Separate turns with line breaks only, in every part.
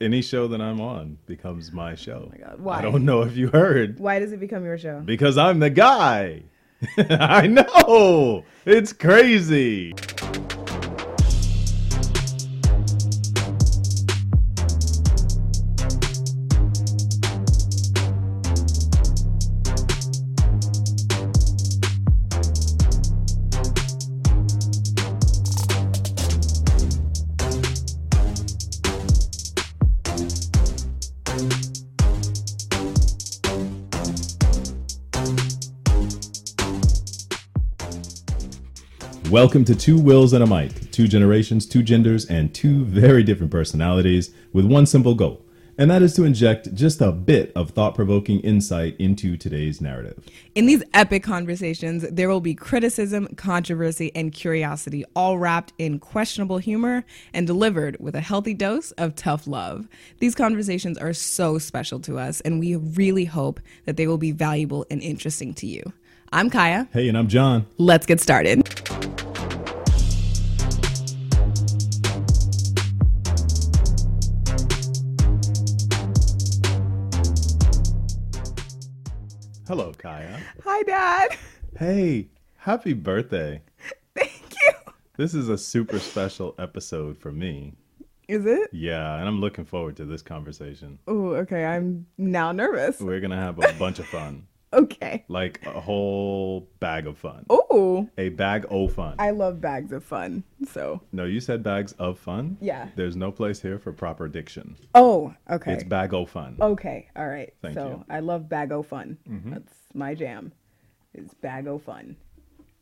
Any show that I'm on becomes my show.
Oh my God. Why?
I don't know if you heard
Why does it become your show?
because I'm the guy. I know. It's crazy. Welcome to Two Wills and a Mic, two generations, two genders, and two very different personalities with one simple goal, and that is to inject just a bit of thought provoking insight into today's narrative.
In these epic conversations, there will be criticism, controversy, and curiosity, all wrapped in questionable humor and delivered with a healthy dose of tough love. These conversations are so special to us, and we really hope that they will be valuable and interesting to you. I'm Kaya.
Hey, and I'm John.
Let's get started.
Hello, Kaya.
Hi, Dad.
Hey, happy birthday.
Thank you.
This is a super special episode for me.
Is it?
Yeah, and I'm looking forward to this conversation.
Oh, okay. I'm now nervous.
We're going to have a bunch of fun,
Okay.
like a whole bag of fun.
Oh,
A bag o' fun.
I love bags of fun. So,
No, you said bags of fun?
Yeah.
There's no place here for proper diction.
oh, okay.
It's bag o' fun.
Okay, all right.
Thank
so
you. Mm-hmm.
I love bag o' fun. That's my jam. Is bag o' fun.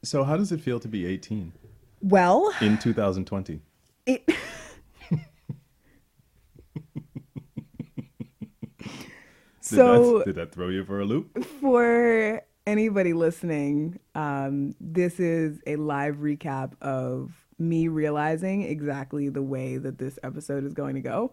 So, how does it feel to be 18
Well,
in 2020?
it.
Did,
so
that, did that throw you for a loop?
for anybody listening, um, this is a live recap of me realizing exactly the way that this episode is going to go.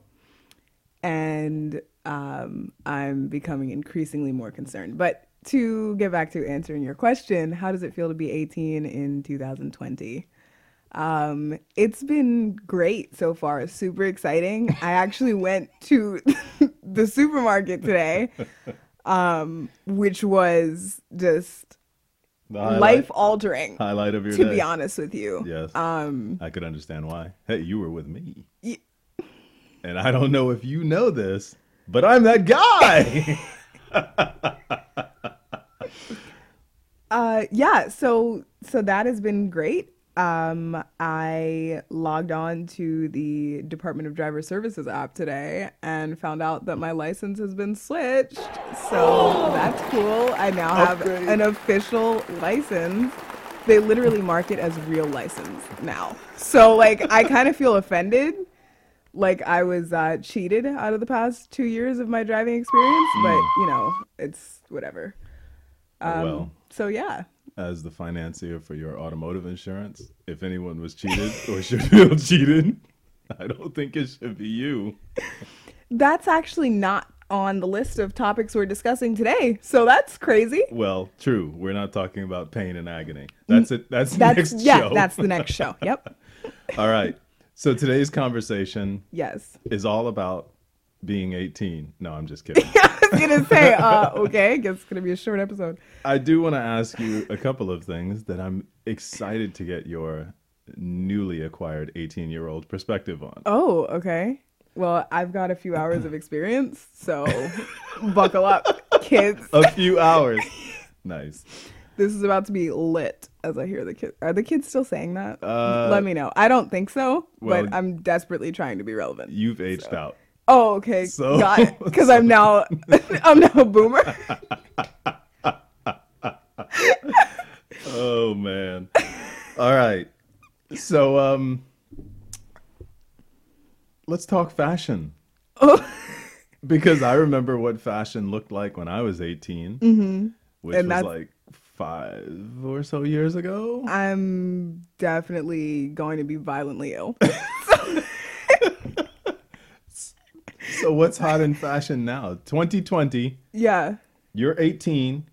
And um, I'm becoming increasingly more concerned. But to get back to answering your question, how does it feel to be 18 in 2020? Um, it's been great so far. It's super exciting. I actually went to the supermarket today, um, which was just
The
life altering,
highlight of your
to
day.
be honest with you.
Yes. Um, I could understand why. Hey, you were with me. and I don't know if you know this, but I'm that guy.
Uh, yeah, so so that has been great. Um, I logged on to the Department of Driver Services app today and found out that my license has been switched. So that's cool. I now have
Upgrade.
an official license. They literally mark it as real license now. So like I kind of feel offended. Like I was uh, cheated out of the past two years of my driving experience, but you know, it's whatever. Um,
Oh, well,
So yeah.
as the financier for your automotive insurance, if anyone was cheated or should feel cheated, I don't think it should be you.
That's actually not on the list of topics we're discussing today. So that's crazy.
Well, true. We're not talking about pain and agony. That's it. That's,
That's
next
yeah,
show.
that's the next show. Yep.
all right. So today's conversation
Yes.
is all about being 18. No, I'm just kidding.
I was gonna say, uh, okay, I guess it's gonna be a short episode.
I do want to ask you a couple of things that I'm excited to get your newly acquired 18 year old perspective on.
Oh, okay. Well, I've got a few hours of experience, so buckle up, kids.
A few hours. Nice.
This is about to be lit as I hear the kids. Are the kids still saying that?
Uh,
Let me know. I don't think so,
well-
but I'm desperately trying to be relevant.
You've aged out.
Oh, okay.
So-
Got it. Because I'm now, I'm now a boomer.
Oh man. All right. So um let's talk fashion. because I remember what fashion looked like when I was 18, which
Mm-hmm. And
was
that's-
like 5 or so years ago.
I'm definitely going to be violently ill.
so what's hot in fashion now? 2020,
yeah.
you're 18.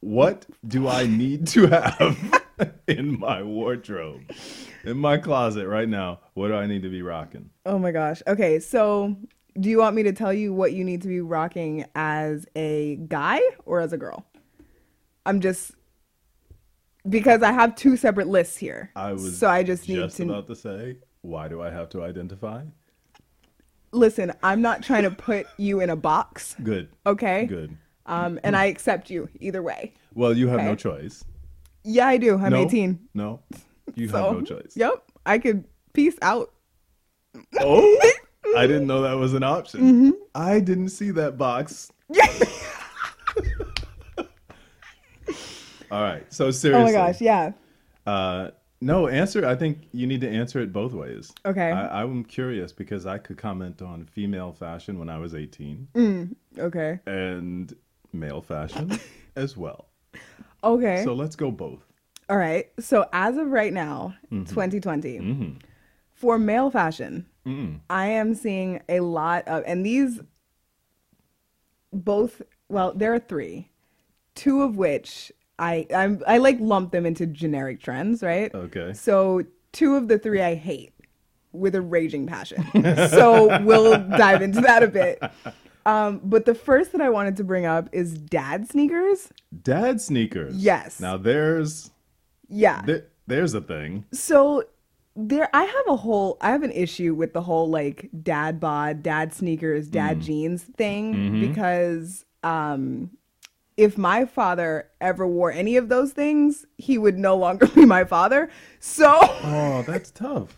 What do I need to have in my wardrobe? In my closet right now, what do I need to be rocking?
Oh my gosh. Okay, so Do you want me to tell you what you need to be rocking as a guy or as a girl? I'm just because I have two separate lists here.
I was
so I just need
just
to
about to say, why do I have to identify?
listen. I'm not trying to put you in a box,
Good.
okay?
Good.
Um, and I accept you either way.
Well, you have no
Okay.
choice.
Yeah, I do. I'm
no,
18.
No, you
so
have no choice.
Yep, I could peace out.
Oh, I didn't know that was an option.
Mm-hmm.
I didn't see that box.
Oh
All right. So
Oh
seriously.
my gosh, yeah.
Uh, no, answer. I think you need to answer it both ways.
Okay.
I, I'm curious because I could comment on female fashion when I was 18
Mm. Okay.
and male fashion as well.
Okay.
So let's go both.
All right. So as of right now,
Mm-hmm.
2020, for male fashion, I am seeing a lot of, and these both, well, there are three, two of which I I'm, I like lump them into generic trends, right?
Okay.
So two of the three I hate with a raging passion. so we'll dive into that a bit. Um, but the first that I wanted to bring up is dad sneakers.
Dad sneakers.
Yes.
Now there's
Yeah.
there, there's a thing.
So there I have a whole I have an issue with the whole like dad bod, dad sneakers, dad jeans thing because um if my father ever wore any of those things, he would no longer be my father. So
Oh, that's tough.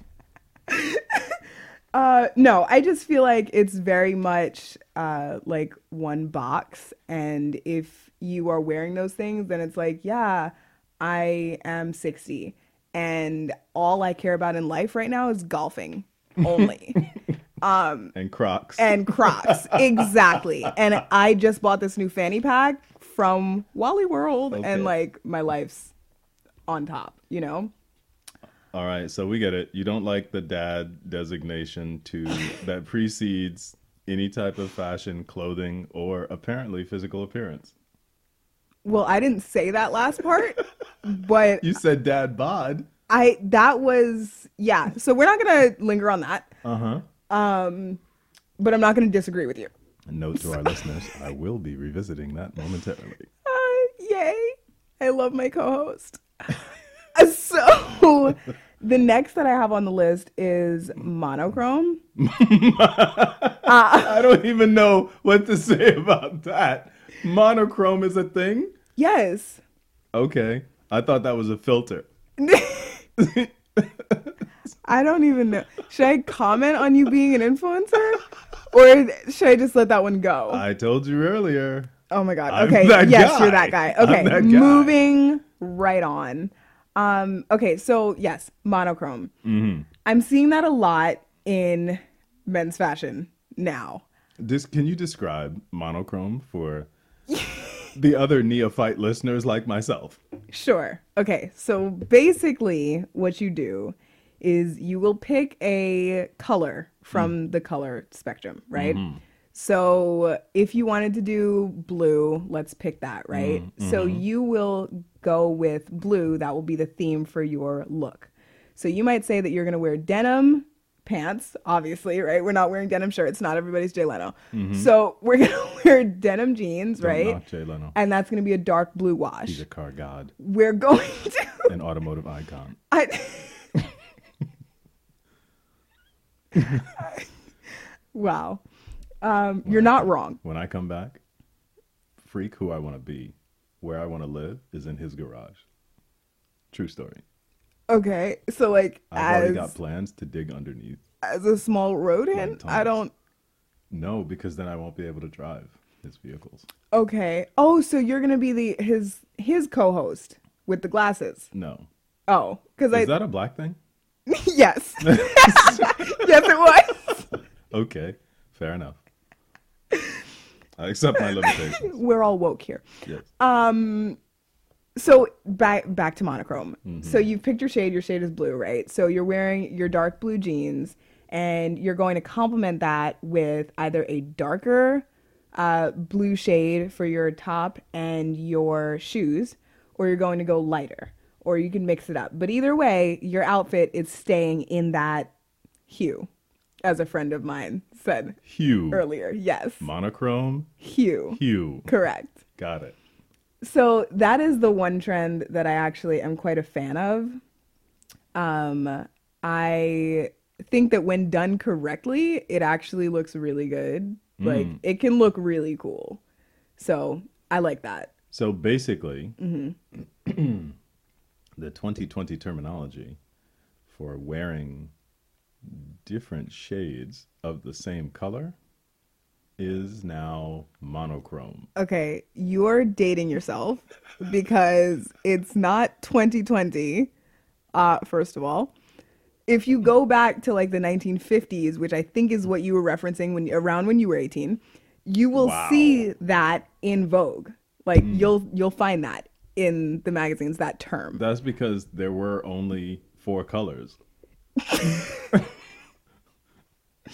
Uh, no, I just feel like it's very much uh, like one box. And if you are wearing those things, then it's like, yeah, I am 60. And all I care about in life right now is golfing only
And Crocs.
and Crocs. exactly. And I just bought this new fanny pack from Wally World,
Okay.
and like my life's on top, you know?
All right, so we get it. You don't like the dad designation to that precedes any type of fashion, clothing, or apparently physical appearance.
Well, I didn't say that last part, but
You said dad bod.
I that was yeah. So we're not gonna linger on that,
Uh huh.
but I'm not gonna disagree with you.
Note to our listeners: I will be revisiting that momentarily.
Uh, yay! I love my co-host. so the next that I have on the list is monochrome.
I don't even know what to say about that. Monochrome is a thing.
Yes.
Okay, I thought that was a filter.
I don't even know. Should I comment on you being an influencer, or should I just let that one go?
I told you earlier.
Oh my god.
I'm
Okay.
that
yes,
guy.
you're that guy.
I'm
Okay.
that guy.
Moving right on. Um, okay, so yes, monochrome.
Mm-hmm.
I'm seeing that a lot in men's fashion now.
This, can you describe monochrome for the other neophyte listeners like myself?
Sure. Okay, so basically what you do is you will pick a color
Mm.
from the color spectrum, right?
Mm-hmm.
So if you wanted to do blue, let's pick that, right?
Mm,
So
mm-hmm.
you will go with blue, that will be the theme for your look. So you might say that you're going to wear denim pants, obviously, right? We're not wearing denim shirts, not everybody's Jay Leno. So we're going to wear denim jeans,
Mm-hmm. Don't
right?
knock Jay Leno.
And that's going to be a dark blue wash
He's a car god,
we're going to
an automotive icon.
I, wow um, you're not wrong
When I come back, freak who I want to be, where I want to live is in his garage. True story.
okay so like
I've already
as
got plans to dig underneath.
as a small rodent
Like
i
tunnels.
don't
No, because then I won't be able to drive his vehicles.
okay oh so you're gonna be the his his co-host with the glasses
No.
oh because i
Is that a black thing?
yes yes it was
Okay, fair enough. I accept my limitations.
we're all woke here
Yes.
Uh, so back back to monochrome. So you've picked your shade. Your shade is blue, right? So you're wearing your dark blue jeans, and you're going to complement that with either a darker uh, blue shade for your top and your shoes, or you're going to go lighter, or you can mix it up. But either way, your outfit is staying in that hue as a friend of mine said
Hue.
earlier. Yes.
Monochrome.
Hue.
Hue.
Correct.
Got it.
So that is the one trend that I actually am quite a fan of. Um, I think that when done correctly, it actually looks really good. Like it can look really cool. So I like that.
So basically, the 2020 terminology for wearing different shades of the same color is now monochrome.
Okay, you're dating yourself because it's not 2020. Uh, first of all, if you go back to like the 1950s, which I think is what you were referencing when around when you were 18, you will
Wow. Hmm.
see that in Vogue. Like you'll you'll find that in the magazines that term.
That's because there were only four colors.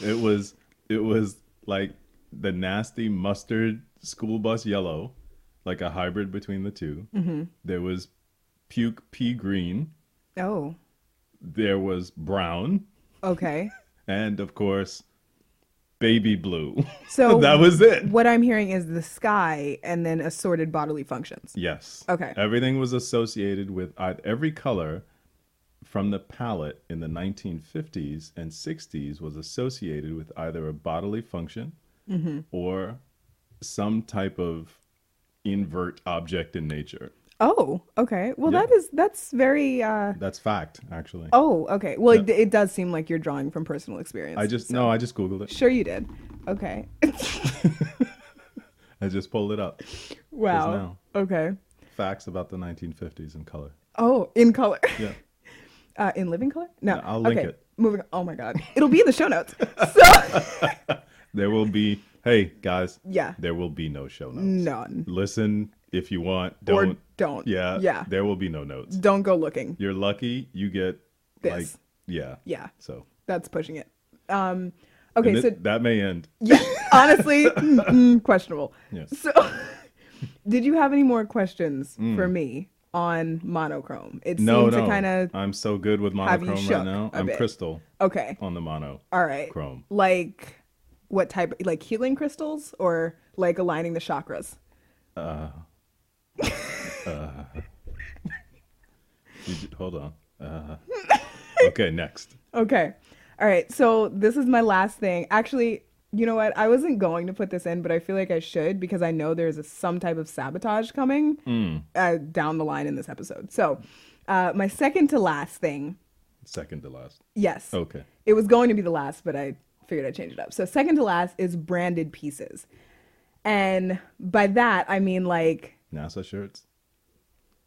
it was it was like the nasty mustard school bus yellow, like a hybrid between the 2 There was puke pea green.
oh,
there was brown
okay.
and of course baby blue
So
that was it
what I'm hearing is the sky and then assorted bodily functions.
yes
Okay.
everything was associated with ei- every color from the palette in the 1950s and 60s was associated with either a bodily function
Mm-hmm.
or some type of invert object in nature
Oh, okay. Well,
Yeah.
that is that's very uh,
that's fact actually
Oh, okay. Well, it, it does seem like you're drawing from personal experience.
i just no i just googled it
sure you did. Okay.
i just pulled it up
wow.
now.
Okay.
facts about the 1950s and color
Oh, in color.
yeah
Uh, in living color? No.
Yeah, I'll link
okay.
it.
Moving. Oh my God. It'll be in the show notes. So
There will be, hey guys.
Yeah.
There will be no show notes.
none.
Listen if you want.
Or
Don't.
don't.
Yeah.
Yeah.
There will be no notes.
Don't go looking.
You're lucky you get like,
This.
yeah.
Yeah.
So,
That's pushing it. Um. Okay.
and
so
it- that may end.
yeah. Honestly, mm, mm, questionable.
Yeah.
So, did you have any more questions for me on monochrome? It
Mm. No,
seemed
no.
to kind of
I'm so good with
you
monochrome
shook
right now.
a
I'm
bit.
crystal
okay.
on the mono.
All right.
Chrome.
Like what type? Like healing crystals or like aligning the chakras?
You j- hold on. Uh, okay, next.
Okay. All right. So this is my last thing. Actually, you know what? I wasn't going to put this in, but I feel like I should because I know there's a, some type of sabotage coming uh, down the line in this episode. So uh, my second to last thing.
Second to last.
Yes.
Okay.
It was going to be the last, but I figured I'd change it up. So, second to last is branded pieces. And by that, I mean like
NASA shirts.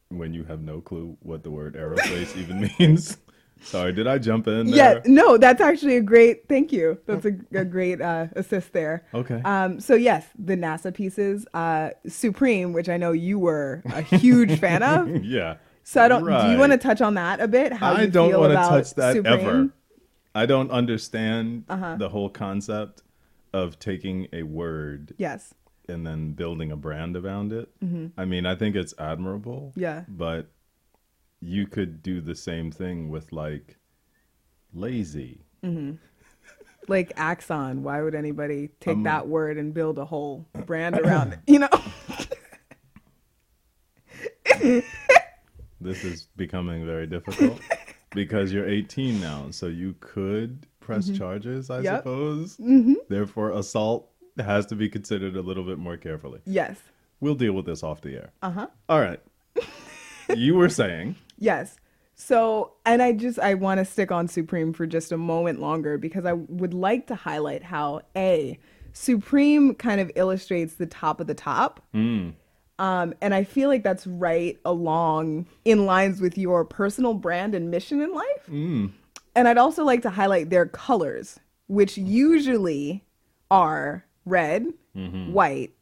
When you have no clue what the word aerospace even means. Sorry, did I jump in
Yeah,
there?
no, that's actually a great. Thank you. That's a, a great uh, assist there.
Okay.
Um, so yes, the NASA pieces, uh, Supreme, which I know you were a huge fan of.
Yeah.
So I don't. Do you
Right.
want to touch on that a bit? How
I
you
don't
feel
want to
about
touch that
Supreme? Uh-huh.
ever. I don't understand the whole concept of taking a word
Yes.
and then building a brand around it. I mean, I think it's admirable.
Mm-hmm. Yeah.
But you could do the same thing with like lazy.
Like Axon. Why would anybody take that word and build a whole brand around it? You know.
This is becoming very difficult because you're 18 now, so you could press charges, I
Mm-hmm. Yep. Mm-hmm.
suppose. Therefore, assault has to be considered a little bit more carefully.
yes.
We'll deal with this off the air.
Uh huh.
All right. you were saying.
Yes. So, and I just I want to stick on Supreme for just a moment longer because I would like to highlight how a Supreme kind of illustrates the top of the top.
Mm.
Um, and I feel like that's right along in lines with your personal brand and mission in life.
Mm.
And I'd also like to highlight their colors, which usually are red, white, and black.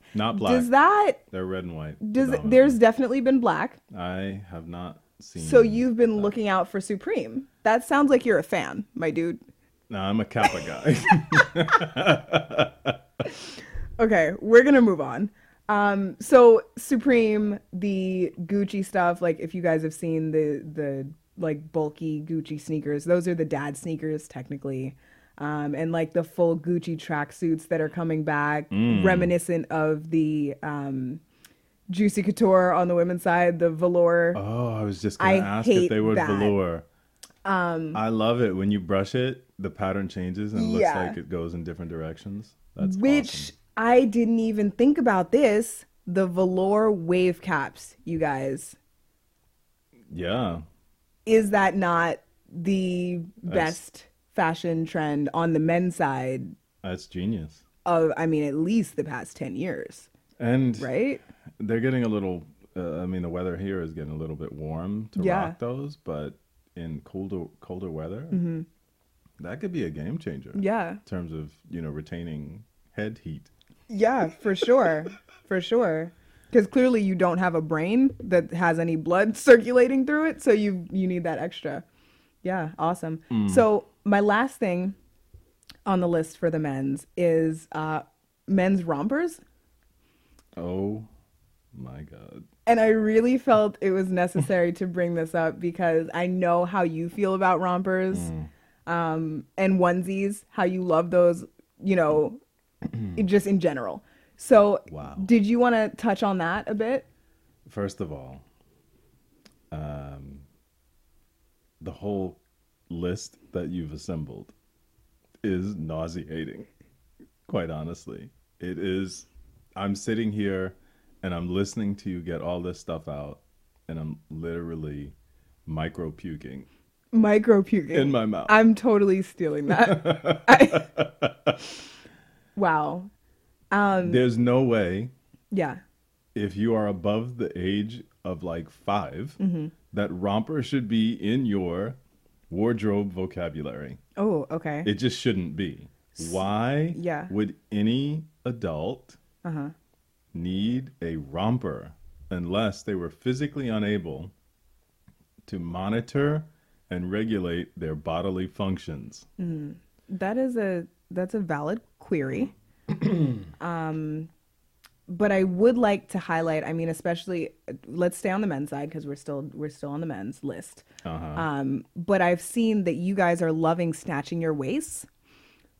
Mm-hmm. Not black.
Does that
They're red and white.
does
predominant.
there's definitely been black.
I have not seen.
So you've been looking out for Supreme. That sounds like you're a fan, my dude.
No, I'm a Kappa guy.
Okay, we're gonna move on. Um, so Supreme, the Gucci stuff, like if you guys have seen the the like bulky Gucci sneakers, those are the dad sneakers technically. um, and like the full Gucci tracksuits that are coming back, reminiscent of the um, Juicy Couture on the women's side, the velour.
Oh, I was just gonna
I
ask
hate
if they would
that.
velour. Um, I love it when you brush it; the pattern changes and it looks
Yeah.
like it goes in different directions. That's
which I didn't even think about this. The velour wave caps, you guys.
awesome.
Mm-hmm.
yeah.
Is that not the best fashion trend on the men's side
That's genius.
of, I mean, at least the past 10 years,
And
right?
they're getting a little. Uh, I mean, the weather here is getting a little bit warm to
Yeah.
rock those, but in colder colder weather,
Mm-hmm.
that could be a game changer.
Yeah.
in terms of you know retaining head heat.
Yeah, for sure. for sure. Because clearly you don't have a brain that has any blood circulating through it, so you you need that extra. Yeah, awesome. So my last thing on the list for the men's is uh, men's rompers,
Oh my god!
and I really felt it was necessary to bring this up because I know how you feel about rompers
Mm.
um, and onesies, how you love those, you know, just in general. So,
Wow.
did you want to touch on that a bit?
First of all, um, the whole list that you've assembled is nauseating. Quite honestly, it is. I'm sitting here and I'm listening to you get all this stuff out, and I'm literally micro puking
micro puking
in my mouth.
I'm totally stealing that. I- wow.
There's no way
Yeah.
if you are above the age of like 5
Mm-hmm.
that romper should be in your wardrobe vocabulary.
Oh, okay.
It just shouldn't be. Why
yeah. Uh-huh.
would any adult need a romper unless they were physically unable to monitor and regulate their bodily functions?
that is a that's a valid query. um but I would like to highlight, I mean especially let's stay on the men's side because we're still we're still on the men's list. Um but I've seen that you guys are loving snatching your waists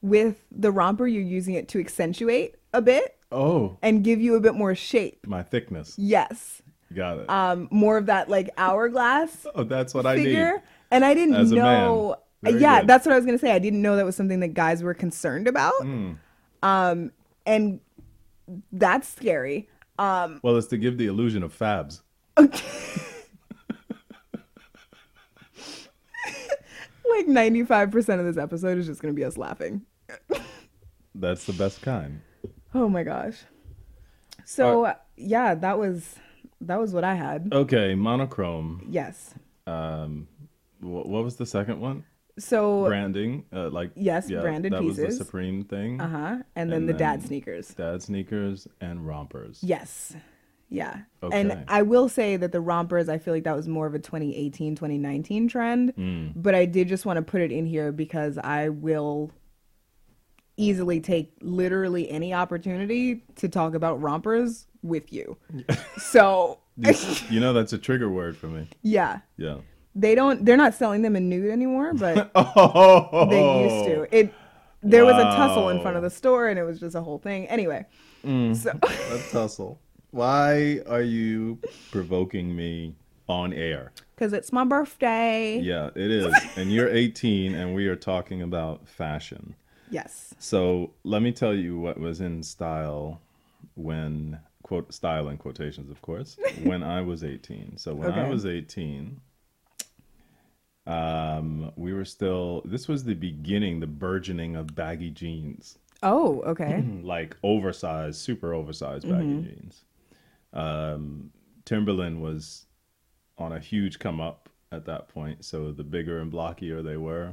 with the romper you're using it to accentuate a bit
Oh,
and give you a bit more shape.
my thickness.
Yes.
Got it.
um, more of that like hourglass
oh, that's what I
figure.
need.
And I didn't
As a man.
know.
Very
yeah,
good.
that's what I was gonna say. I didn't know that was something that guys were concerned about.
Hmm.
Um, and that's scary. Um,
Well, it's to give the illusion of fabs.
like ninety five percent of this episode is just gonna be us laughing.
That's the best kind.
Oh my gosh. So
Uh,
yeah, that was that was what I had.
Okay, monochrome.
yes.
Wh- what was the second one?
So
Branding, uh, like
Yes, branded
that was
pieces.
the supreme thing.
uh huh, and then
and
the dad
then-
sneakers.
Dad sneakers and rompers.
Yes. Yeah.
Okay.
And I will say that the rompers, I feel like that was more of a 2018, 2019 trend.
Hmm.
But I did just want to put it in here because I will easily take literally any opportunity to talk about rompers with you. so,
You, you know that's a trigger word for me.
yeah.
Yeah.
They don't, they're not selling them in nude anymore, but
Oh,
they used to. It, there was a tussle
Wow.
in
Hmm.
front of the store and it was just a whole thing. Anyway. So,
Let's tussle. Why are you provoking me on air?
because it's my birthday.
Yeah, it is. and you're 18, and we are talking about fashion.
Yes.
So let me tell you what was in style when quote style in quotations, of course, when I was eighteen. So when I
Okay.
was eighteen, um, we were still. This was the beginning, the burgeoning of baggy jeans,
Oh, okay.
like oversized, super oversized baggy jeans. Um, Timberland was on a huge come up at that point. So the bigger and blockier they were,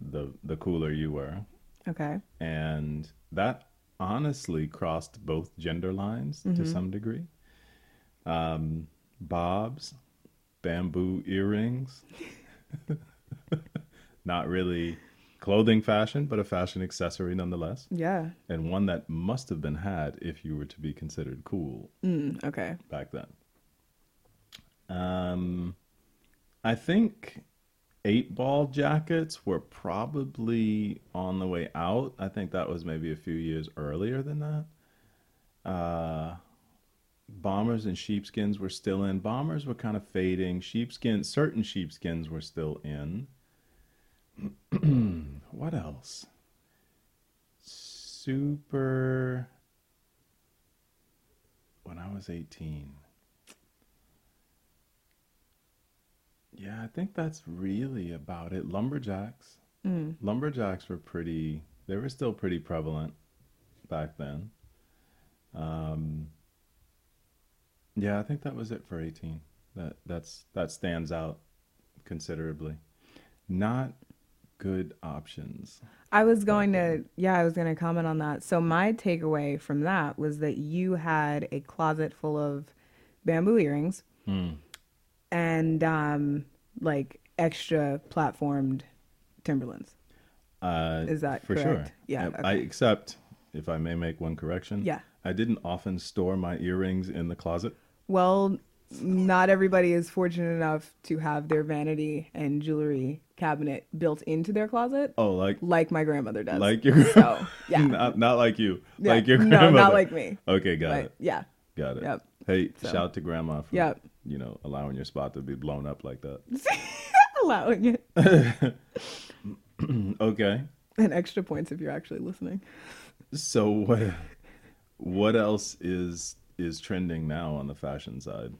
the the cooler you were
Okay.
and that honestly crossed both gender lines to some degree. Um, bobs, bamboo earrings, not really clothing fashion, but a fashion accessory nonetheless,
Yeah.
and one that must have been had if you were to be considered cool
Mm, okay.
back then. Um, I think eight ball jackets were probably on the way out. I think that was maybe a few years earlier than that. Uh, bombers and sheepskins were still in. Bombers were kind of fading. Sheepskins, certain sheepskins were still in. what else? Super. When I was 18. Yeah, I think that's really about it. Lumberjacks. Lumberjacks were pretty, they were still pretty prevalent back then. Um, yeah, I think that was it for 18. That that's that stands out considerably. Not good options.
I was going to, yeah, I was going to comment on that. So my takeaway from that was that you had a closet full of bamboo earrings
Hmm.
and um, like extra platformed Timberlands.
Uh,
Is that
for
correct?
sure?
Yeah,
I, I accept. If I may make one correction.
Yeah.
I didn't often store my earrings in the closet.
Well, not everybody is fortunate enough to have their vanity and jewelry cabinet built into their closet,
Oh, like
like my grandmother does.
like your
so, yeah.
not, not like you,
Yeah.
like your
No,
grandmother.
not like me.
Okay, got
But,
it.
yeah.
Got it.
Yep.
Hey,
So-
shout to grandma for
Yep.
you know allowing your spot to be blown up like that.
Allowing it.
Okay.
and extra points if you're actually listening.
So what what else is is trending now on the fashion side?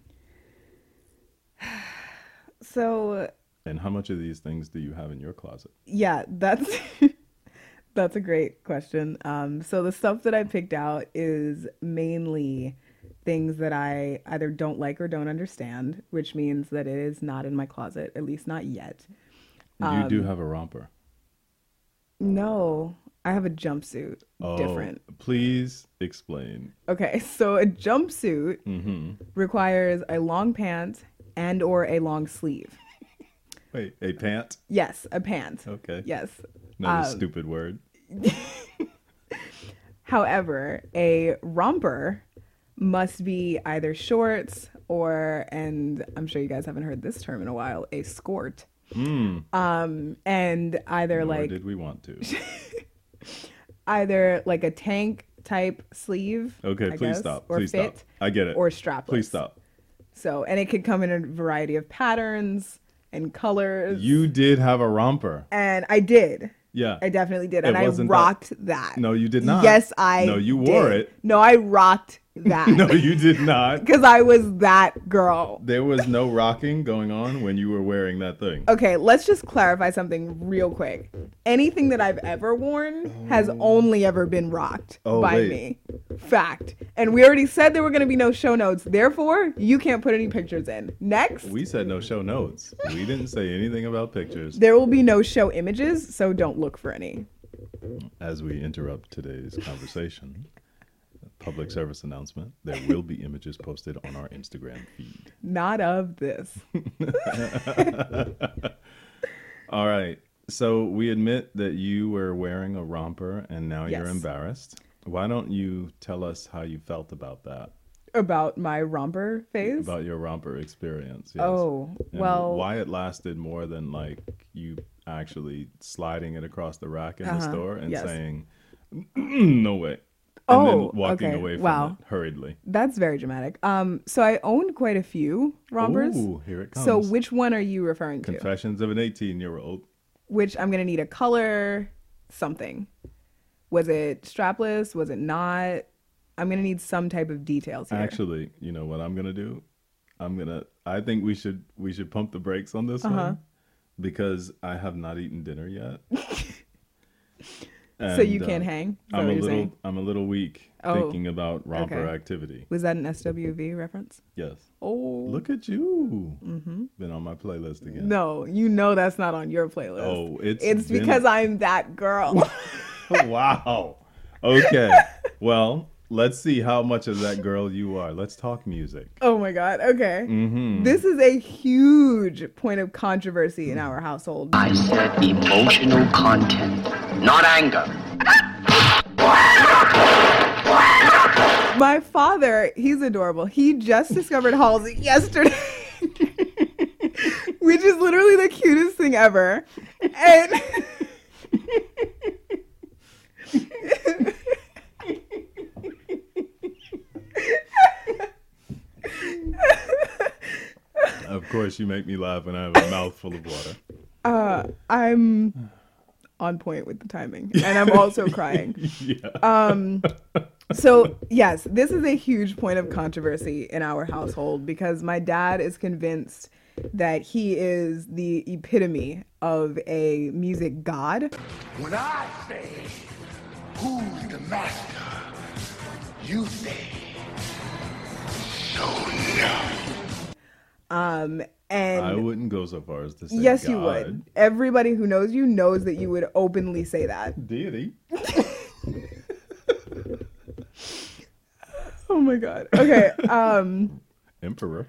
So,
And how much of these things do you have in your closet?
yeah, that's that's a great question. Um, so the stuff that I picked out is mainly things that I either don't like or don't understand, which means that it is not in my closet, at least not yet.
you
Um,
do have a romper.
No, I have a jumpsuit. Different.
Oh, Please explain.
Okay, so a jumpsuit requires a long pant and or a long sleeve.
Wait, a pant?
Yes, a pant.
Okay.
Yes.
Another
um,
stupid word.
However, a romper must be either shorts or, and I'm sure you guys haven't heard this term in a while, a skirt. Um, and either
Nor
like
Hmm. did we want to?
either like a tank type sleeve.
Okay,
I
please
guess,
stop.
Or
please
fit.
stop. I get it.
Or strapless.
Please stop.
So, and it could come in a variety of patterns and colors.
You did have a romper.
and I did.
Yeah.
I definitely did,
It
and I
wasn't that-
rocked that.
No, you did not.
Yes, I.
No, you wore
did.
it.
No, I rocked that.
no, you did not.
because I was that girl.
There was no rocking going on when you were wearing that thing.
Okay, let's just clarify something real quick. Anything that I've ever worn has only ever been rocked
Oh,
by
wait.
me. Fact. And we already said there were going to be no show notes. Therefore, you can't put any pictures in. Next,
We said no show notes. We didn't say anything about pictures
there will be no show images, so don't look for any.
as we interrupt today's conversation. Public service announcement. There will be images posted on our Instagram feed.
Not of this.
All right. So we admit that you were wearing a romper and now you're
Yes.
embarrassed. Why don't you tell us how you felt about that?
About my romper phase.
About your romper experience. yes.
oh,
And
well.
why it lasted more than like you actually sliding it across the rack in the store and
Uh-huh. yes.
saying, "No way," and
Oh,
then walking
okay,
away from
wow.
it hurriedly.
That's very dramatic. Um, so I owned quite a few rompers.
Ooh, here it comes.
So which one are you referring to?
Confessions of an 18-year-old.
Which I'm gonna need a color, something. Was it strapless? Was it not? I'm gonna need some type of details here.
Actually, you know what I'm gonna do? I'm gonna. I think we should we should pump the brakes on
Uh-huh.
this one because I have not eaten dinner yet.
so you
And,
can't
uh,
hang. Is that
I'm
what
a
you're
little
saying?
I'm a little weak
Oh,
thinking about romper
okay.
activity.
Was that an SWV reference?
Yes.
Oh
Look at you.
Mm-hmm.
Been on my playlist again.
no, you know that's not on your playlist.
Oh, it's
it's
been-
because I'm that girl.
wow. Okay. well, let's see how much of that girl you are. Let's talk music.
Oh my god. Okay.
Mm-hmm.
This is a huge point of controversy
Hmm.
in our household.
I said emotional content, not anger.
My father, he's adorable. He just discovered Halsey yesterday. which is literally the cutest thing ever. And
Of course, you make me laugh when I have a mouthful of water.
uh, I'm on point with the timing, and I'm also crying.
Yeah.
So, yes, this is a huge point of controversy in our household because my dad is convinced that he is the epitome of a music god.
When I say, who's the master? You say,
And
I wouldn't go so far as to say
yes, you
God.
would. Everybody who knows you knows that you would openly say that.
Deity.
Oh my god. Okay. Um
Emperor.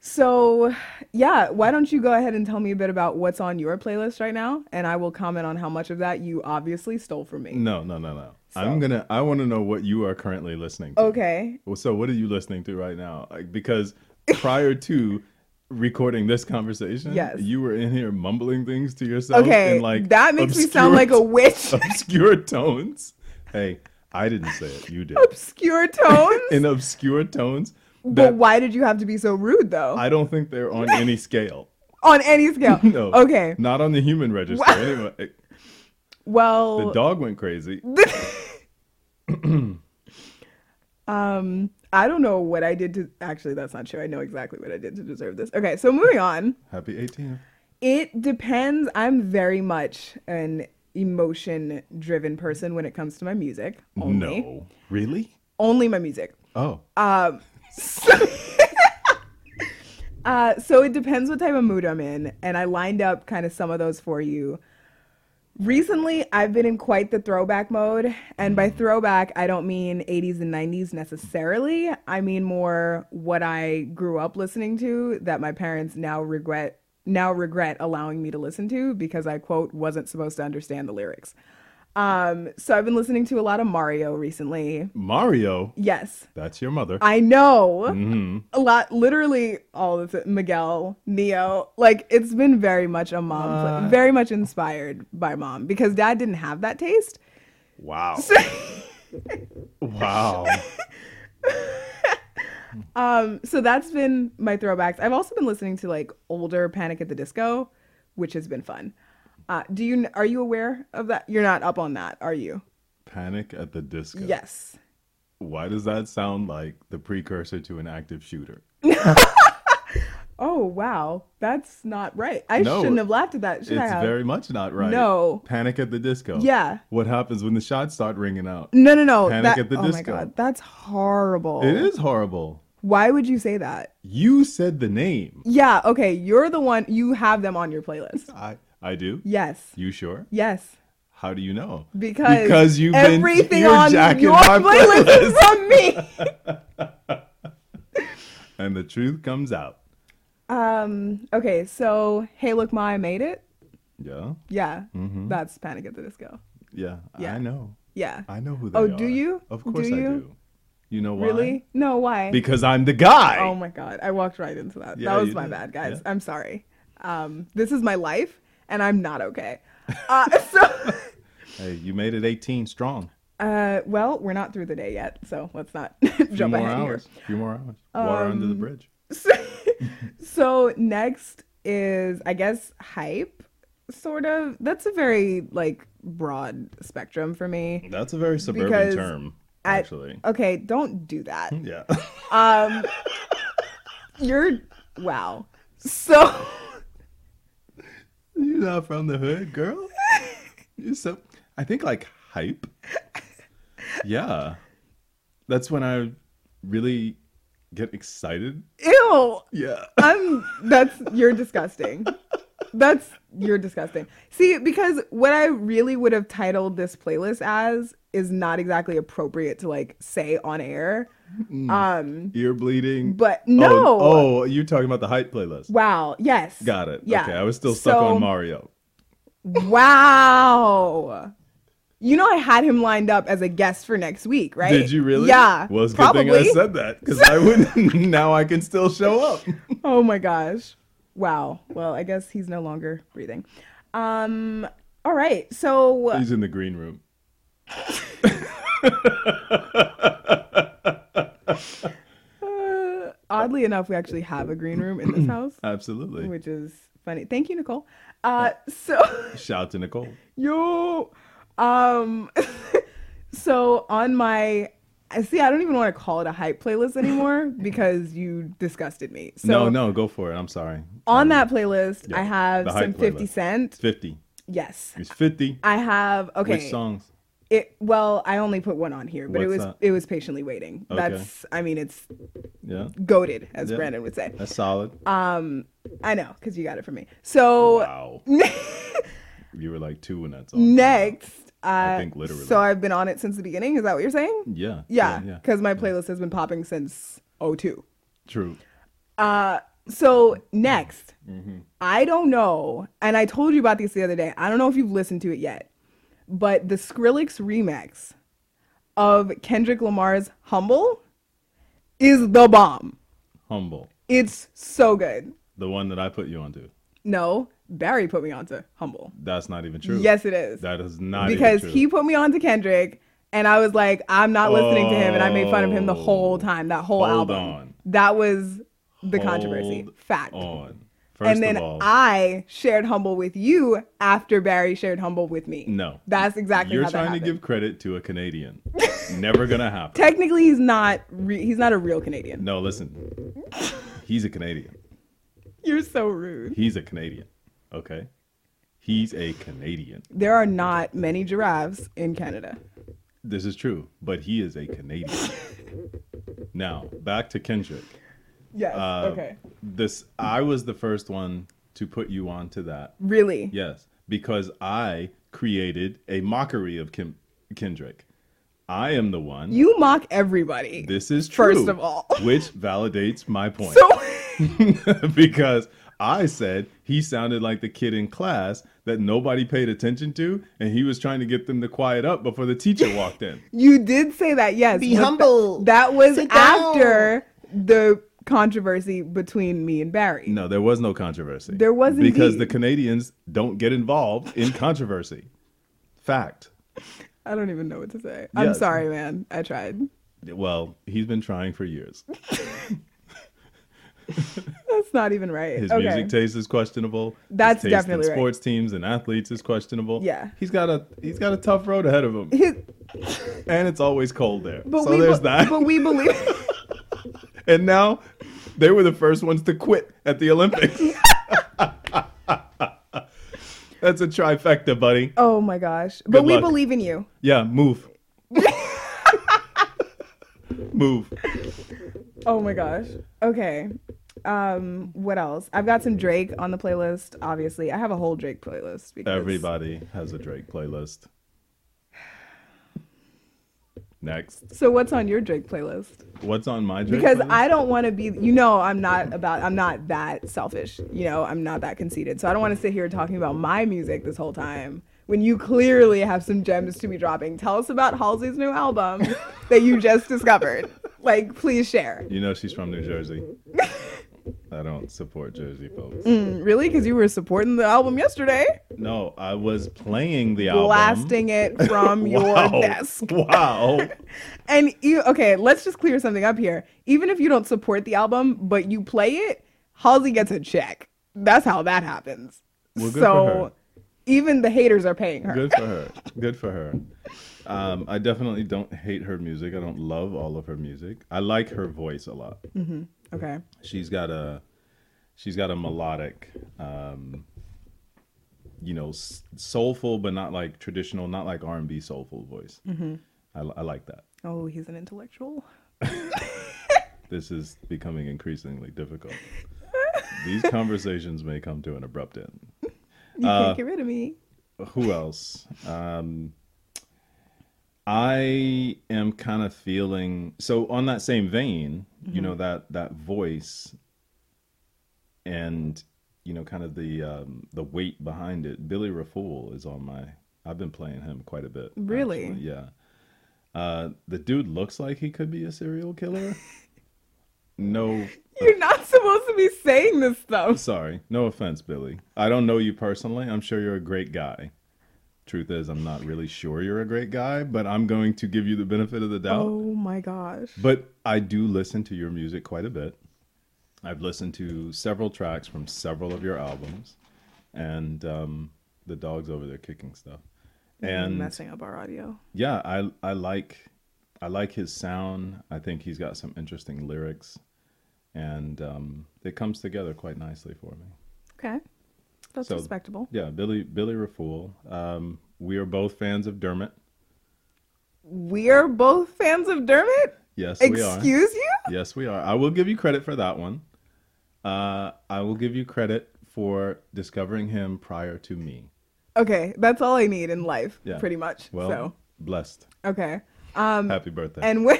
so yeah, why don't you go ahead and tell me a bit about what's on your playlist right now and I will comment on how much of that you obviously stole from me.
No, no, no, no. I'm going to, I want to know what you are currently listening to.
Okay.
Well, so what are you listening to right now? Like, because prior to recording this conversation,
Yes.
you were in here mumbling things to yourself.
Okay.
in, like
that makes me sound like a
obscure-
witch.
obscure tones. Hey, I didn't say it. You did.
obscure tones.
in obscure tones.
but
That
why did you have to be so rude though?
I don't think they're on any scale.
on any scale.
No.
Okay.
Not on the human register. anyway,
Well,
the dog went crazy.
um I don't know what I did to actually that's not true. I know exactly what I did to deserve this. Okay, so moving on.
Happy 18th.
It depends. I'm very much an emotion driven person when it comes to my music. Only.
No. Really?
Only my music.
Oh.
Uh, so it depends what type of mood I'm in. And I lined up kind of some of those for you. Recently, I've been in quite the throwback mode. And by throwback, I don't mean 80s and 90s necessarily. I mean more what I grew up listening to that my parents now regret now regret allowing me to listen to because I quote wasn't supposed to understand the lyrics. Um, so I've been listening to a lot of Mario recently.
Mario.
Yes.
That's your mother.
I know
Mm-hmm.
a lot, literally all of it. Miguel, Neo, like it's been very much a mom,
Uh.
play, very much inspired by mom because dad didn't have that taste.
wow. wow.
So that's been my throwbacks. I've also been listening to like older Panic at the Disco, which has been fun. Uh, do you are you aware of that? You're not up on that, are you?
Panic at the disco.
Yes.
Why does that sound like the precursor to an active shooter?
Oh wow, that's not right. I
No,
shouldn't have laughed at that. Should I
it's
have?
very much not right.
No.
Panic at the disco.
Yeah.
What happens when the shots start ringing out?
no, no, no.
Panic
that-
at the
oh my
Disco.
god, that's horrible.
It is horrible.
Why would you say that?
You said the name.
Yeah, okay. You're the one, you have them on your playlist.
I I do.
Yes.
You sure?
Yes.
How do you know?
Because,
because you've been
everything
you're
on
jacking
your
my
playlist,
playlist.
is from me.
and the truth comes out.
um, okay, so Hey Look Ma, I Made It.
Yeah,
Yeah.
Mm-hmm.
That's Panic at the Disco.
yeah,
Yeah.
I know.
Yeah.
I know who they
Oh,
are.
do you?
Of
Do
course I
you?
do. You know why?
really? No, why?
Because I'm the guy.
oh my god, I walked right into that.
Yeah,
that was
you
my
did.
bad, guys.
Yeah.
I'm sorry. Um, this is my life and I'm not okay. Uh, so
Hey, you made it 18 strong.
uh, well, we're not through the day yet, so let's not
Few
jump
more
ahead here. Um,
hours. Few more hours. Water under the bridge.
So next is, I guess, hype. Sort of. That's a very like broad spectrum for me.
That's a very
because
suburban term,
I-
actually.
Okay, don't do that. Um,
yeah.
You're wow. So
You're not from the hood, girl. You're so. I think like hype. Yeah, that's when I really get excited.
ew.
Yeah.
I'm that's you're disgusting. That's you're disgusting. See, because what I really would have titled this playlist as is not exactly appropriate to like say on air. Um
Ear bleeding.
But
Mm. Oh,
no.
Oh, you're talking about the hype playlist.
wow, yes.
Got it.
Yeah.
Okay, I was still stuck
So-
on Mario.
Wow. You know, I had him lined up as a guest for next week, right?
Did you really?
Yeah.
Well, it's a good
probably.
thing I said that because I wouldn't. now I can still show up.
Oh my gosh. Wow. Well, I guess he's no longer breathing. Um. All right. So
He's in the green room.
uh, oddly enough, we actually have a green room in this house,
Absolutely.
which is funny. Thank you, Nicole. Uh. So
Shout to Nicole.
yo. Um. so on my. I see. I don't even want to call it a hype playlist anymore because you disgusted me. So
no, no, go for it. I'm sorry.
on that playlist,
Yeah,
I have
the
some
hype
50
playlist.
Cent.
50.
Yes.
It's 50.
I have okay.
Which songs?
It well, I only put one on here, but it
What's
was
that?
it was patiently waiting.
Okay.
That's I mean it's
Yeah.
goaded as
Yeah.
Brandon would say.
That's solid.
I know because you got it from me. So
wow. you were like two when that's all.
next, I,
think literally.
So I've been on it since the beginning. Is that what you're saying?
Yeah.
Yeah,
Yeah.
because my playlist has been popping since 02.
True.
So next, I don't know, and I told you about this the other day. I don't know if you've listened to it yet, but the Skrillex remix of Kendrick Lamar's "Humble" is the bomb.
Humble.
It's so good.
The one that I put you onto.
No, Barry put me onto "Humble."
That's not even true.
Yes, it is
That is not even
because
true.
he put me onto Kendrick, and I was like, I'm not listening to him, and I made fun of him the whole time. That whole
Oh, Hold
album.
on.
That was the controversy.
Hold
Fact.
on. Oh, First
and then
of all,
I shared humble with you after Barry shared humble with me.
No.
that's exactly
you're
how that
trying to
happened.
give credit to a Canadian. Never gonna happen.
Technically, he's not re- he's not a real Canadian.
No, listen. He's a Canadian.
You're so rude.
He's a Canadian. Okay. He's a Canadian.
There are not many giraffes in Canada.
This is true, but he is a Canadian. now, back to Kendrick.
Yes.
Uh,
okay.
This I was the first one to put you on to that.
Really?
Yes, because I created a mockery of Kim Kendrick. I am the one.
You mock everybody.
this is true.
first of all.
which validates my point.
so
because I said he sounded like the kid in class that nobody paid attention to, and he was trying to get them to quiet up before the teacher walked in.
you did say that. Yes. Be
humble.
that was
Sit down.
after the controversy between me and Barry.
No, there was no controversy.
There was
because
indeed.
the Canadians don't get involved in controversy. Fact.
I don't even know what to say. I'm
Yes.
sorry, man. I tried.
Well, he's been trying for years.
That's not even right.
His
okay.
music taste is questionable. His
That's
taste
definitely
in
right.
sports teams and athletes is questionable.
Yeah.
he's got a he's got a tough road ahead of him,
His-
and it's always cold there.
But
so
we
there's
be-
that.
But we believe.
and now they were the first ones to quit at the Olympics. That's a trifecta, buddy.
oh my gosh! But we
luck.
believe in you.
Yeah, move. move.
Oh my gosh. Okay. Um. What else? I've got some Drake on the playlist. Obviously, I have a whole Drake playlist. Because
Everybody has a Drake playlist. Next.
So what's on your Drake playlist?
What's on my Drake
Because
playlist?
I don't want to be. You know, I'm not about. I'm not that selfish. You know, I'm not that conceited. So I don't want to sit here talking about my music this whole time. When you clearly have some gems to be dropping, tell us about Halsey's new album that you just discovered. Like, please share.
You know she's from New Jersey. I don't support Jersey folks.
Mm. Really? Because you were supporting the album yesterday,
No, I was playing the album.
blasting it from
Wow.
your desk.
Wow.
And you, okay, let's just clear something up here. Even if you don't support the album, but you play it, Halsey gets a check. That's how that happens.
Well, good for
so
her.
even the haters are paying her.
Good for her. Good for her. Um, I definitely don't hate her music. I don't love all of her music. I like her voice a lot.
Okay.
She's got a she's got a melodic, um, you know, s- soulful but not like traditional, not like R and B soulful voice. I, I like that.
Oh, he's an intellectual.
This is becoming increasingly difficult. These conversations may come to an abrupt end.
You
Uh,
can't get rid of me.
who else? Um, I am kind of feeling so on that same vein, you know that that voice and you know kind of the um, the weight behind it. Billy Rafool is on my. I've been playing him quite a bit.
Really?
actually, Yeah. Uh, the dude looks like he could be a serial killer. no
You're not supposed to be saying this stuff.
sorry. No offense, Billy. I don't know you personally. I'm sure you're a great guy. Truth is, I'm not really sure you're a great guy, but I'm going to give you the benefit of the doubt.
Oh my gosh.
But I do listen to your music quite a bit. I've listened to several tracks from several of your albums, and um, the dog's over there kicking stuff. And
messing up our audio.
yeah, I I like I like his sound. I think he's got some interesting lyrics, and um, it comes together quite nicely for me.
Okay. That's
So-
respectable.
Yeah, Billy Billy Rafool. Um, we are both fans of Dermot.
We are both fans of Dermot?
Yes, we are.
Excuse you?
Yes, we are. I will give you credit for that one. Uh, I will give you credit for discovering him prior to me.
Okay, that's all I need in life,
Yeah.
pretty much.
Well,
so,
blessed.
okay.
Happy birthday.
And when,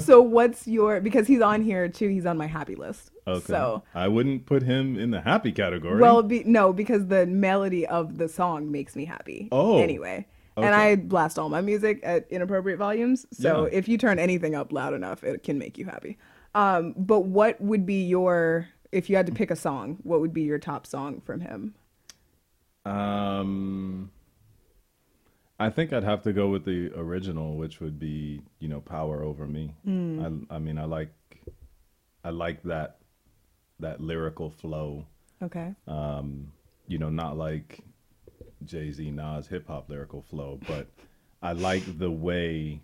so what's your because he's on here too. He's on my happy list.
okay.
So
I wouldn't put him in the happy category.
well, be, no, because the melody of the song makes me happy.
Oh.
Anyway. And
Okay.
I blast all my music at inappropriate volumes. So
Yeah.
if you turn anything up loud enough, it can make you happy. Um, but what would be your, if you had to pick a song, what would be your top song from him?
um, I think I'd have to go with the original, which would be you know "Power Over Me." I, I mean, I like, I like that, that lyrical flow.
Okay.
Uh. you know, not like Jay Z, Nas hip hop lyrical flow, but I like the way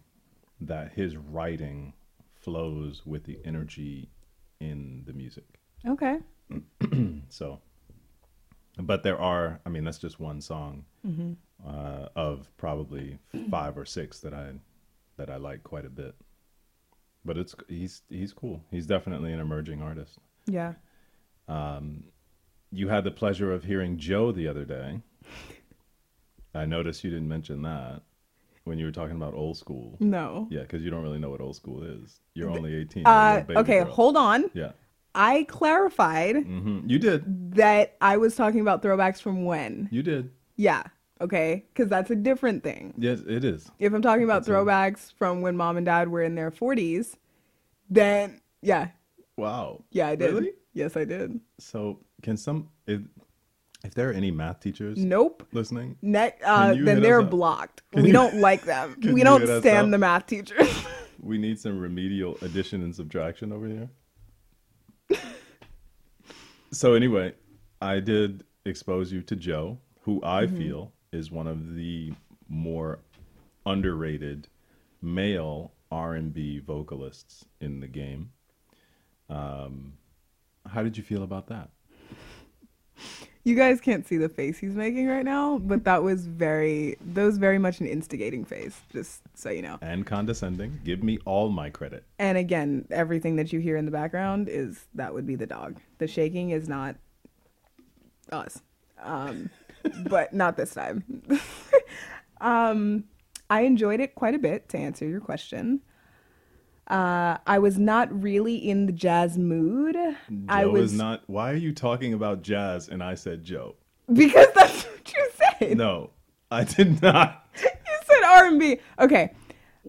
that his writing flows with the energy in the music.
okay.
So, but there are, I mean, that's just one song
Mm-hmm.
uh, of probably five or six that I that I like quite a bit. But it's he's he's cool. He's definitely an emerging artist.
Yeah.
You had the pleasure of hearing Joe the other day. I noticed you didn't mention that when you were talking about old school.
No.
Yeah, because you don't really know what old school is. You're only 18.
Uh,
you're a baby
okay,
girl.
hold on.
Yeah.
I clarified
hmm You did.
that I was talking about throwbacks from when.
You did.
Yeah. Okay. Because that's a different thing.
Yes, it is.
If I'm talking about throwbacks from when mom and dad were in their 40s, then yeah.
Wow.
Yeah, I did.
Really?
Yes, I did.
So, can some, if, if there are any math teachers
Nope.
listening,
Net, uh,
you
then
hit
they're
us up?
blocked. we don't like them.
Can
We
you
don't
hit us
stand
up?
the math teachers.
we need some remedial addition and subtraction over here. so anyway, I did expose you to Joe, who I feel is one of the more underrated male R&B vocalists in the game. Um, how did you feel about that?
you guys can't see the face he's making right now, but that was very, that was very much an instigating face, just so you know.
And condescending, give me all my credit.
And again, everything that you hear in the background is that would be the dog. The shaking is not us, um, but not this time. um, I enjoyed it quite a bit to answer your question. Uh, I was not really in the jazz mood. I
Joe
was
is not. Why are you talking about jazz? And I said Joe.
because that's what you said.
No, I did not.
You said R and B. Okay,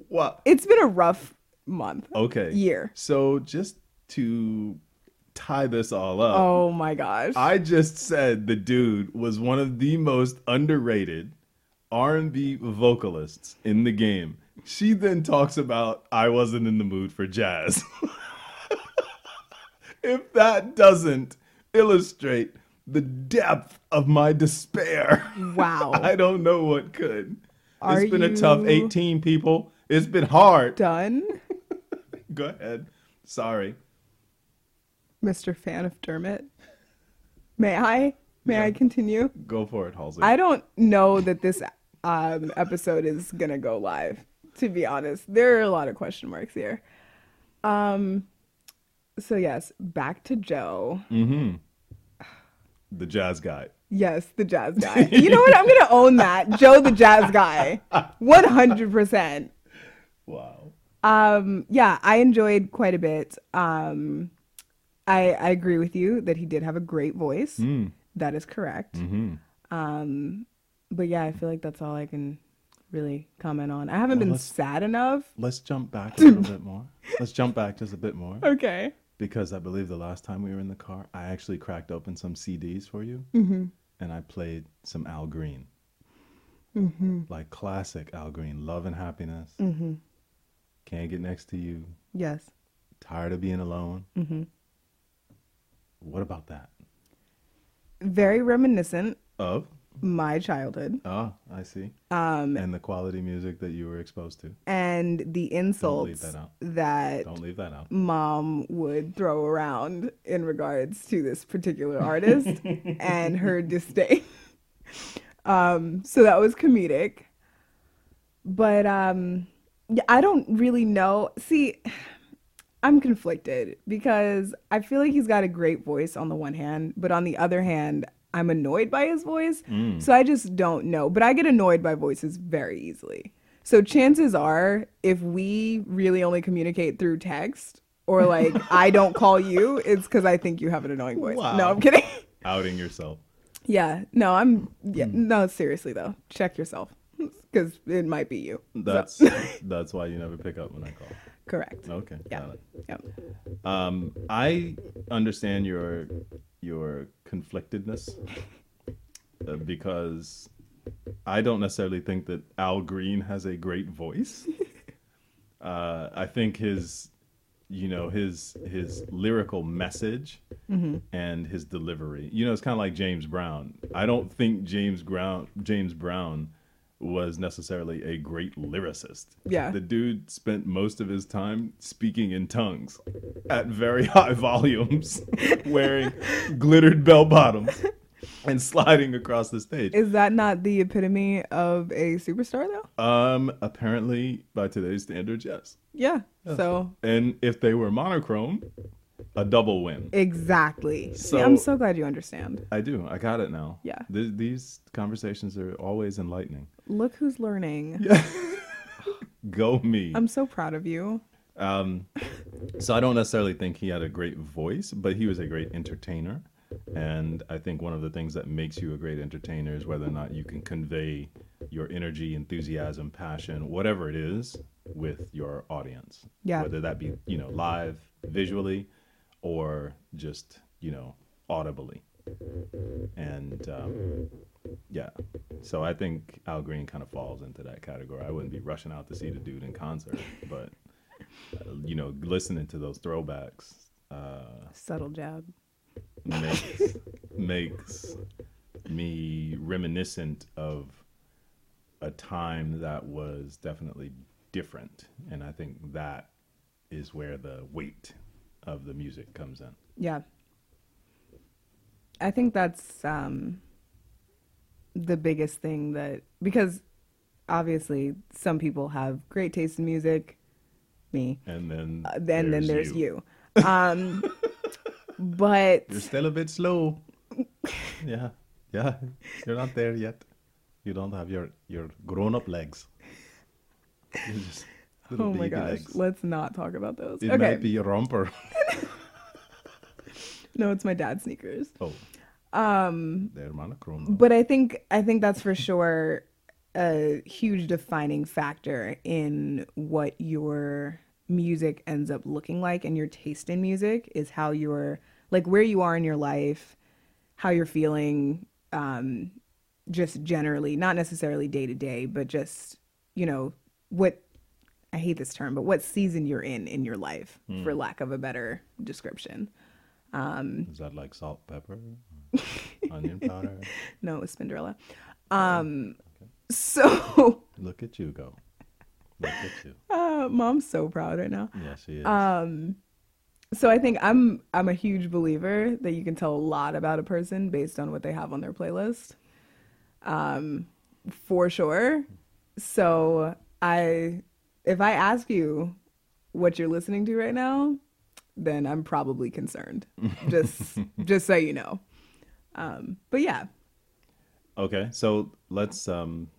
What?
it's been a rough month.
Okay.
Year.
So just to tie this all up,
Oh my gosh.
I just said the dude was one of the most underrated R&B vocalists in the game. She then talks about I wasn't in the mood for jazz. if that doesn't illustrate the depth of my despair.
wow.
I don't know what could.
Are
it's been a tough
you-
18 people. It's been hard.
Done,
Go ahead. Sorry.
Mr. Fan of Dermot. May I? May I continue?
Go for it, Halsey.
I don't know that this um, episode is gonna go live. To be honest, there are a lot of question marks here. Um, so yes, back to Joe.
the jazz guy.
Yes, the jazz guy. You know what? I'm gonna own that. Joe, the jazz guy, 100. percent Mm,
Wow.
Yeah, I enjoyed quite a bit. Um, I I agree with you that he did have a great voice. That is correct. Um, but yeah, I feel like that's all I can really comment on. I haven't been
let's-
sad enough.
Let's jump back a little bit more. Let's jump back just a bit more.
Okay.
because I believe the last time we were in the car, I actually cracked open some CDs for you, mm-hmm. and I played some Al Green, mm-hmm. like classic Al Green, "Love and Happiness," mm-hmm. "Can't Get Next to You,"
Yes.
"Tired of Being Alone." Mm-hmm. What about that?
Very reminiscent
Of
my childhood
ah, I see. Um, and the quality music that you were exposed to.
and the insults
that out.
that
Don't leave that out.
mom would throw around in regards to this particular artist and her disdain. Um, so that was comedic. But um, yeah, I don't really know. See, I'm conflicted because I feel like he's got a great voice on the one hand, but on the other hand, I'm annoyed by his voice. So I just don't know. But I get annoyed by voices very easily. So chances are, if we really only communicate through text or like I don't call you, it's because I think you have an annoying voice. No, I'm kidding.
Outing yourself.
yeah, no, I'm, yeah,
Hmm.
no, seriously though, check yourself because it might be you.
That's that's why you never pick up when I call.
Correct.
Okay.
Yeah.
Got it.
yeah.
Um, I understand your your conflictedness uh, because I don't necessarily think that Al Green has a great voice. Uh, I think his you know his his lyrical message and his delivery. You know, it's kind of like James Brown. I don't think James Brown James Brown was necessarily a great lyricist.
Yeah.
The dude spent most of his time speaking in tongues at very high volumes, wearing glittered bell bottoms and sliding across the stage.
Is that not the epitome of a superstar though?
Um apparently by today's standards, yes.
Yeah. So
And if they were monochrome, a double win.
exactly. See,
So-
I'm so glad you understand.
I do. I got it now.
Yeah.
Th- these conversations are always enlightening.
Look who's learning.
Go me.
I'm so proud of you.
so I don't necessarily think he had a great voice, but he was a great entertainer. And I think one of the things that makes you a great entertainer is whether or not you can convey your energy, enthusiasm, passion, whatever it is, with your audience.
Yeah.
Whether that be, you know, live, visually, or just, you know, audibly. And um, yeah, so I think Al Green kind of falls into that category. I wouldn't be rushing out to see the dude in concert, but you know, listening to those throwbacks
Subtle jab.
makes makes me reminiscent of a time that was definitely different, and I think that is where the weight of the music comes in.
Yeah. I think that's um, the biggest thing that, because obviously some people have great taste in music, me,
And then
uh, then, then there's you. Um, but
You're still a bit slow. yeah, yeah, you're not there yet. You don't have your your grown up legs. You're just little
oh my
baby
gosh,
legs.
let's not talk about those.
It
okay.
might be a romper.
No, it's my dad's sneakers.
Oh. Um, They're monochrome. though.
but I think I think that's for sure a huge defining factor in what your music ends up looking like and your taste in music is how you're like where you are in your life, how you're feeling um just generally, not necessarily day to day, but just you know what I hate this term, but what season you're in in your life for lack of a better description.
Is that like salt, pepper, onion powder?
No, it was Spinderella. Um so
Look at you go. Look at you.
Uh, mom's so proud right now.
Yeah, she is.
So I think I'm I'm a huge believer that you can tell a lot about a person based on what they have on their playlist. Um, for sure. So I, if I ask you what you're listening to right now, then I'm probably concerned. Just just so you know. Um, but yeah,
okay, so let's um,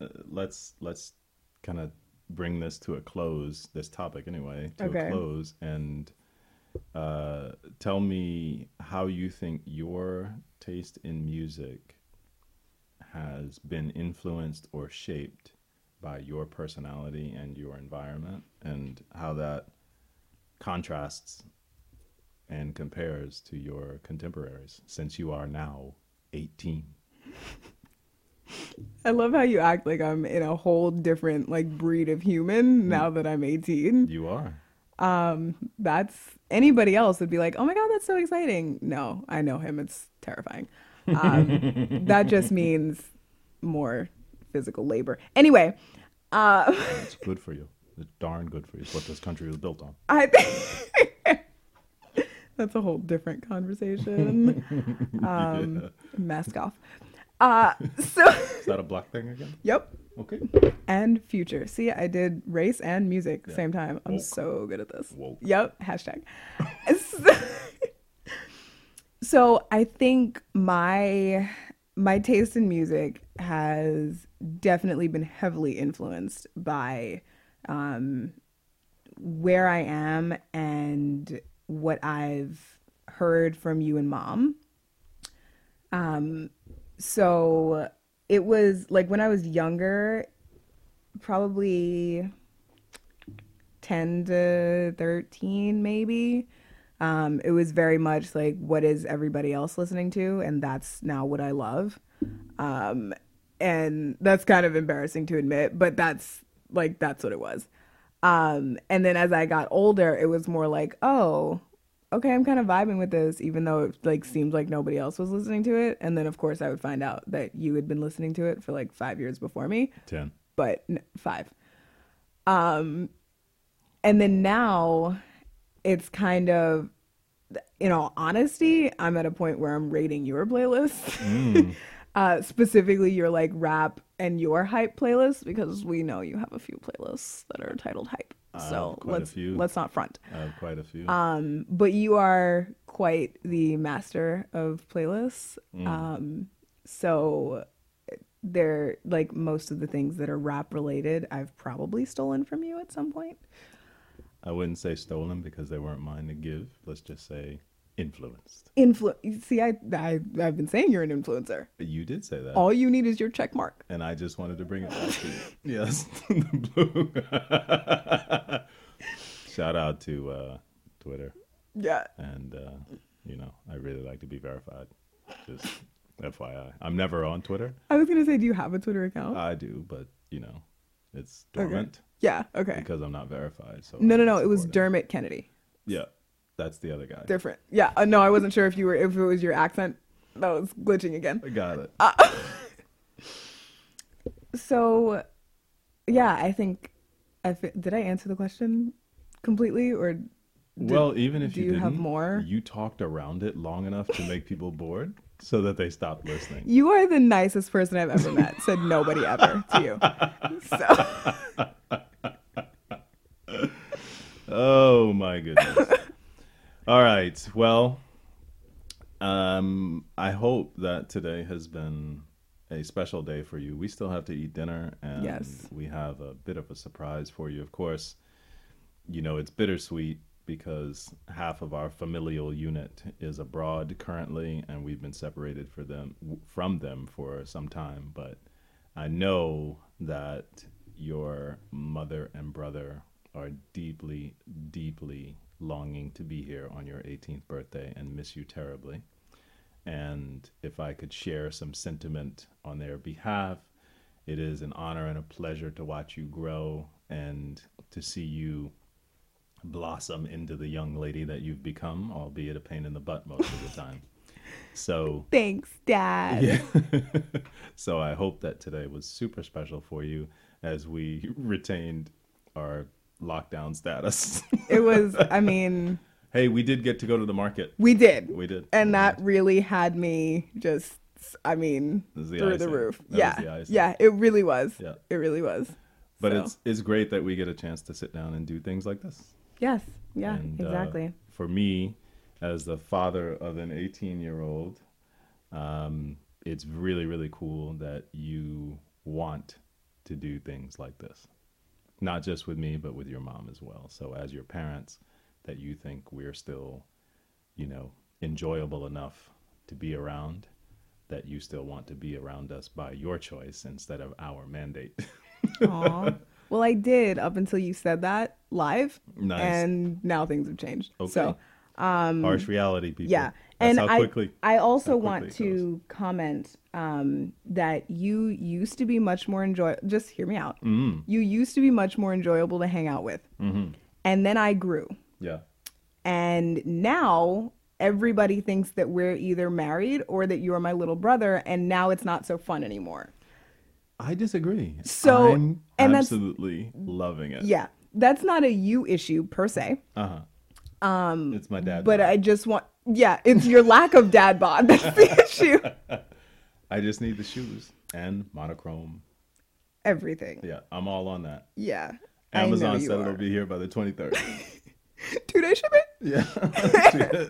uh, let's let's kind of bring this to a close. This topic, anyway, to
Okay.
a close, and uh, tell me how you think your taste in music has been influenced or shaped by your personality and your environment, and how that contrasts and compares to your contemporaries since you are now 18.
I love how you act like I'm in a whole different like breed of human now that I'm 18.
You are.
That's anybody else would be like, "Oh my god, that's so exciting." No, I know him. It's terrifying. Um, that just means more physical labor. Anyway,
It's good for you. It's darn good for you. It's what this country was built on.
I think that's a whole different conversation. Um, Mask off. Uh, so,
Is that a black thing again?
yep.
Okay.
And future. See, I did race and music same time. I'm
Woke.
so good at this.
Woke.
Yep. Hashtag. so, so I think my my taste in music has definitely been heavily influenced by um, where I am and what I've heard from you and mom. Um, so it was like when I was younger, probably 10 to 13, maybe. Um, it was very much like, what is everybody else listening to? And that's now what I love. Um, and that's kind of embarrassing to admit, but that's like, that's what it was. Um, and then as I got older, it was more like, oh, okay, I'm kind of vibing with this, even though it like seemed like nobody else was listening to it. And then of course I would find out that you had been listening to it for like five years before me,
10.
but n- five. Um, and then now it's kind of, in all honesty, I'm at a point where I'm rating your playlist.
Mm.
Uh, specifically your like rap and your hype playlist because we know you have a few playlists that are titled hype.
have
So
quite a
let's
few.
let's not front.
I have quite a few.
But you are quite the master of playlists. Um, so they're like most of the things that are rap related, I've probably stolen from you at some point.
I wouldn't say stolen because they weren't mine to give. Let's just say influenced.
Influ- See, I, I I've been saying you're an influencer.
You did say that.
All you need is your check mark.
and I just wanted to bring it back to you. Yes, the blue. Shout out to uh, Twitter,
Yeah.
and uh, you know I really like to be verified. Just FYI, I'm never on Twitter.
I was gonna say, do you have a Twitter account?
I do, but you know it's dormant
yeah. Okay.
because I'm not verified. So
no,
I
no,
don't
no. It was
support
Dermot Kennedy.
Yeah, that's the other guy.
Different. Yeah. Uh, no, I wasn't sure if you were if it was your accent that was glitching again.
I got it.
Uh, So, yeah, I think I fi- did I answer the question completely or
well, even if
do
you,
you
didn't,
have more?
you talked around it long enough to make people bored, so that they stopped listening.
you are the nicest person I've ever met. Said nobody ever to you. So,
Oh my goodness. All right. Well, um, I hope that today has been a special day for you. We still have to eat dinner, and
Yes.
we have a bit of a surprise for you. Of course, you know, it's bittersweet because half of our familial unit is abroad currently, and we've been separated for them from them for some time. But I know that your mother and brother are deeply, deeply longing to be here on your 18th birthday and miss you terribly. And if I could share some sentiment on their behalf, it is an honor and a pleasure to watch you grow and to see you blossom into the young lady that you've become, albeit a pain in the butt most of the time. So,
thanks, Dad.
so I hope that today was super special for you as we retained our lockdown status.
It was. I mean,
hey, we did get to go to the market.
we did.
We did.
and that really had me just. I mean,
This is the
through the
icing.
roof.
That was
yeah,
the icing.
yeah. It really was.
Yeah.
It really was.
But
So,
it's it's great that we get a chance to sit down and do things like this.
yes, yeah,
And, uh,
exactly.
for me, as the father of an 18 year old, um, it's really, really cool that you want to do things like this. Not just with me, but with your mom as well. So, as your parents, that you think we're still, you know, enjoyable enough to be around, that you still want to be around us by your choice instead of our mandate.
Aw. Well, I did up until you said that live.
Nice.
And now things have changed.
Okay.
So um,
Harsh reality, people.
Yeah.
That's
and
how
I,
quickly.
I also
how quickly
want
it
to comment um, that you used to be much more enjoy. Just hear me out.
Mm.
You used to be much more enjoyable to hang out with,
Mm-hmm.
and then I grew,
yeah.
and now everybody thinks that we're either married or that you are my little brother, and now it's not so fun anymore.
I disagree.
So-
I'm
and that's-
absolutely loving it.
Yeah, that's not a you issue per se,
Uh-huh. It's my dad.
Um, but I just want. Yeah, it's your lack of dad bod that's the issue.
I just need the shoes and monochrome.
Everything.
Yeah, I'm all on that.
Yeah. I know
Amazon
you
said it'll
are.
be here by the 23rd.
two day shipping.
yeah.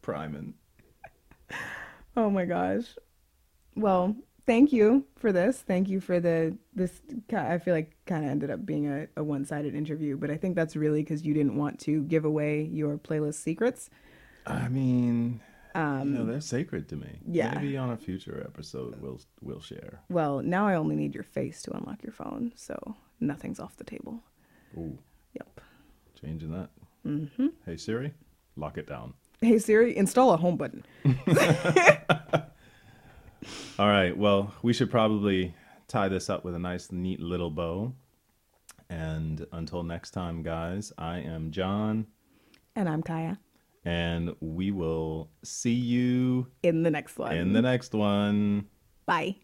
Priming.
Oh my gosh. Well, thank you for this. Thank you for the this. ki- I feel like kind of ended up being a, a one sided interview, but I think that's really because you didn't want to give away your playlist secrets.
I mean, you know, they're sacred to me.
Um, yeah.
Maybe on a future episode we'll we'll share.
Well, now I only need your face to unlock your phone, so nothing's off the table.
Ooh,
Yep.
changing that.
Mm-hmm.
Hey Siri, lock it down.
Hey Siri, install a home button.
All right. Well, we should probably tie this up with a nice, neat little bow. And until next time, guys, I am John,
And I'm Kaya.
and we will see you
In the next one.
in the next one.
Bye.